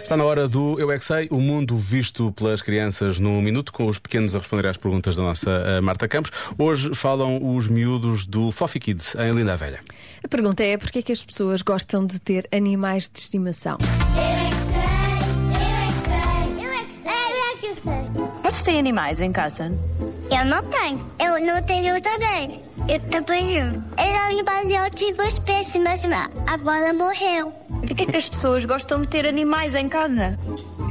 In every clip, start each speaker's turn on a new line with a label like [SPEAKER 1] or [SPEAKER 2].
[SPEAKER 1] Está na hora do Eu É Que Sei, o mundo visto pelas crianças num minuto, com os pequenos a responder às perguntas da nossa eh, Marta Campos. Hoje falam os miúdos do Fofi Kids, em Linda a Velha.
[SPEAKER 2] A pergunta é porquê que as pessoas gostam de ter animais de estimação?
[SPEAKER 3] Eu é que sei, eu é que sei, eu é que sei, eu é que sei.
[SPEAKER 4] Vocês têm animais em casa?
[SPEAKER 3] Eu não tenho, eu não tenho também. Eu também não. Era um baseado tipo espécie, mas lá, agora morreu.
[SPEAKER 4] Porquê que as pessoas gostam de ter animais em casa?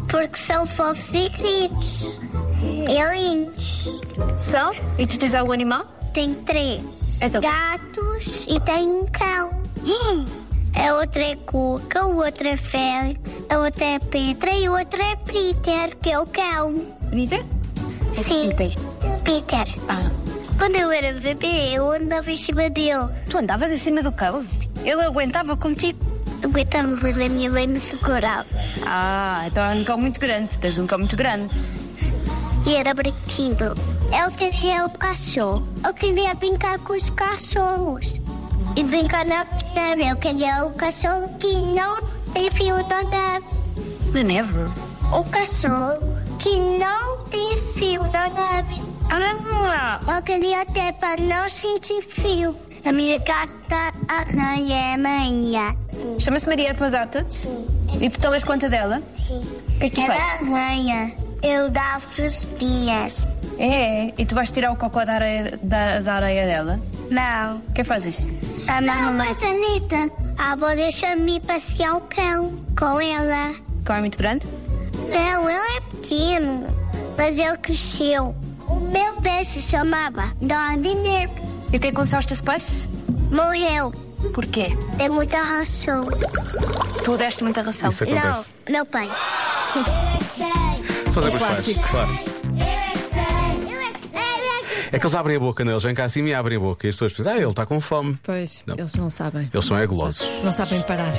[SPEAKER 3] Porque são fofos e queridos. E lindos.
[SPEAKER 4] São? E tu tens algum animal?
[SPEAKER 3] Tem três
[SPEAKER 4] Então.
[SPEAKER 3] gatos e tem um cão. A outra é Cuca, a outra é Félix, a outra é Petra e a outra é Peter, que é o cão.
[SPEAKER 4] Anitta?
[SPEAKER 3] Sim.
[SPEAKER 4] Peter.
[SPEAKER 3] Peter.
[SPEAKER 4] Ah.
[SPEAKER 3] Quando eu era bebê, eu andava em cima dele.
[SPEAKER 4] Tu andavas em cima do cão? Ele aguentava contigo.
[SPEAKER 3] Aguentava quando a minha mãe me segurava.
[SPEAKER 4] Ah, então é um cão muito grande. Tu tens um cão muito grande.
[SPEAKER 3] E era brinquedo. Eu queria o cachorro. Eu queria brincar com os cachorros. E brincar na neve. Eu queria o cachorro que não tem fio da neve.
[SPEAKER 4] Na neve?
[SPEAKER 3] O cachorro que não tem fio da neve.
[SPEAKER 4] Ah, não.
[SPEAKER 3] Eu queria até para não sentir fio. A minha gata aranha é amanhã.
[SPEAKER 4] Chama-se Maria a tua gata?
[SPEAKER 3] Sim.
[SPEAKER 4] E tu tomas conta dela?
[SPEAKER 3] Sim. Pequena
[SPEAKER 4] faz?
[SPEAKER 3] aranha. Eu dava os dias.
[SPEAKER 4] É. E tu vais tirar o cocó da areia, da, da areia dela?
[SPEAKER 3] Não.
[SPEAKER 4] Quem faz isso?
[SPEAKER 3] A Ah, não, mas Anitta, a avó deixa-me passear o cão com ela.
[SPEAKER 4] O cão é muito grande?
[SPEAKER 3] Não, ela é pequeno, mas ele cresceu. O meu peixe chamava Dona Negro.
[SPEAKER 4] E o que aconteceu aos teus pais?
[SPEAKER 3] Morreu.
[SPEAKER 4] Porquê?
[SPEAKER 3] Tem muita razão.
[SPEAKER 4] Tu deste muita ração.
[SPEAKER 1] Isso
[SPEAKER 3] Não,
[SPEAKER 1] acontece.
[SPEAKER 3] meu pai. é
[SPEAKER 1] Só dizer com
[SPEAKER 2] Um
[SPEAKER 1] os pais.
[SPEAKER 2] clássico.
[SPEAKER 1] Claro.
[SPEAKER 3] é
[SPEAKER 1] É que eles abrem a boca, não? Eles vêm cá acima e abrem a boca. E as pessoas pensam, ah, ele está com fome.
[SPEAKER 2] Pois,
[SPEAKER 1] Não.
[SPEAKER 2] eles não sabem.
[SPEAKER 1] Eles são é gulosos.
[SPEAKER 2] Não sabem parar.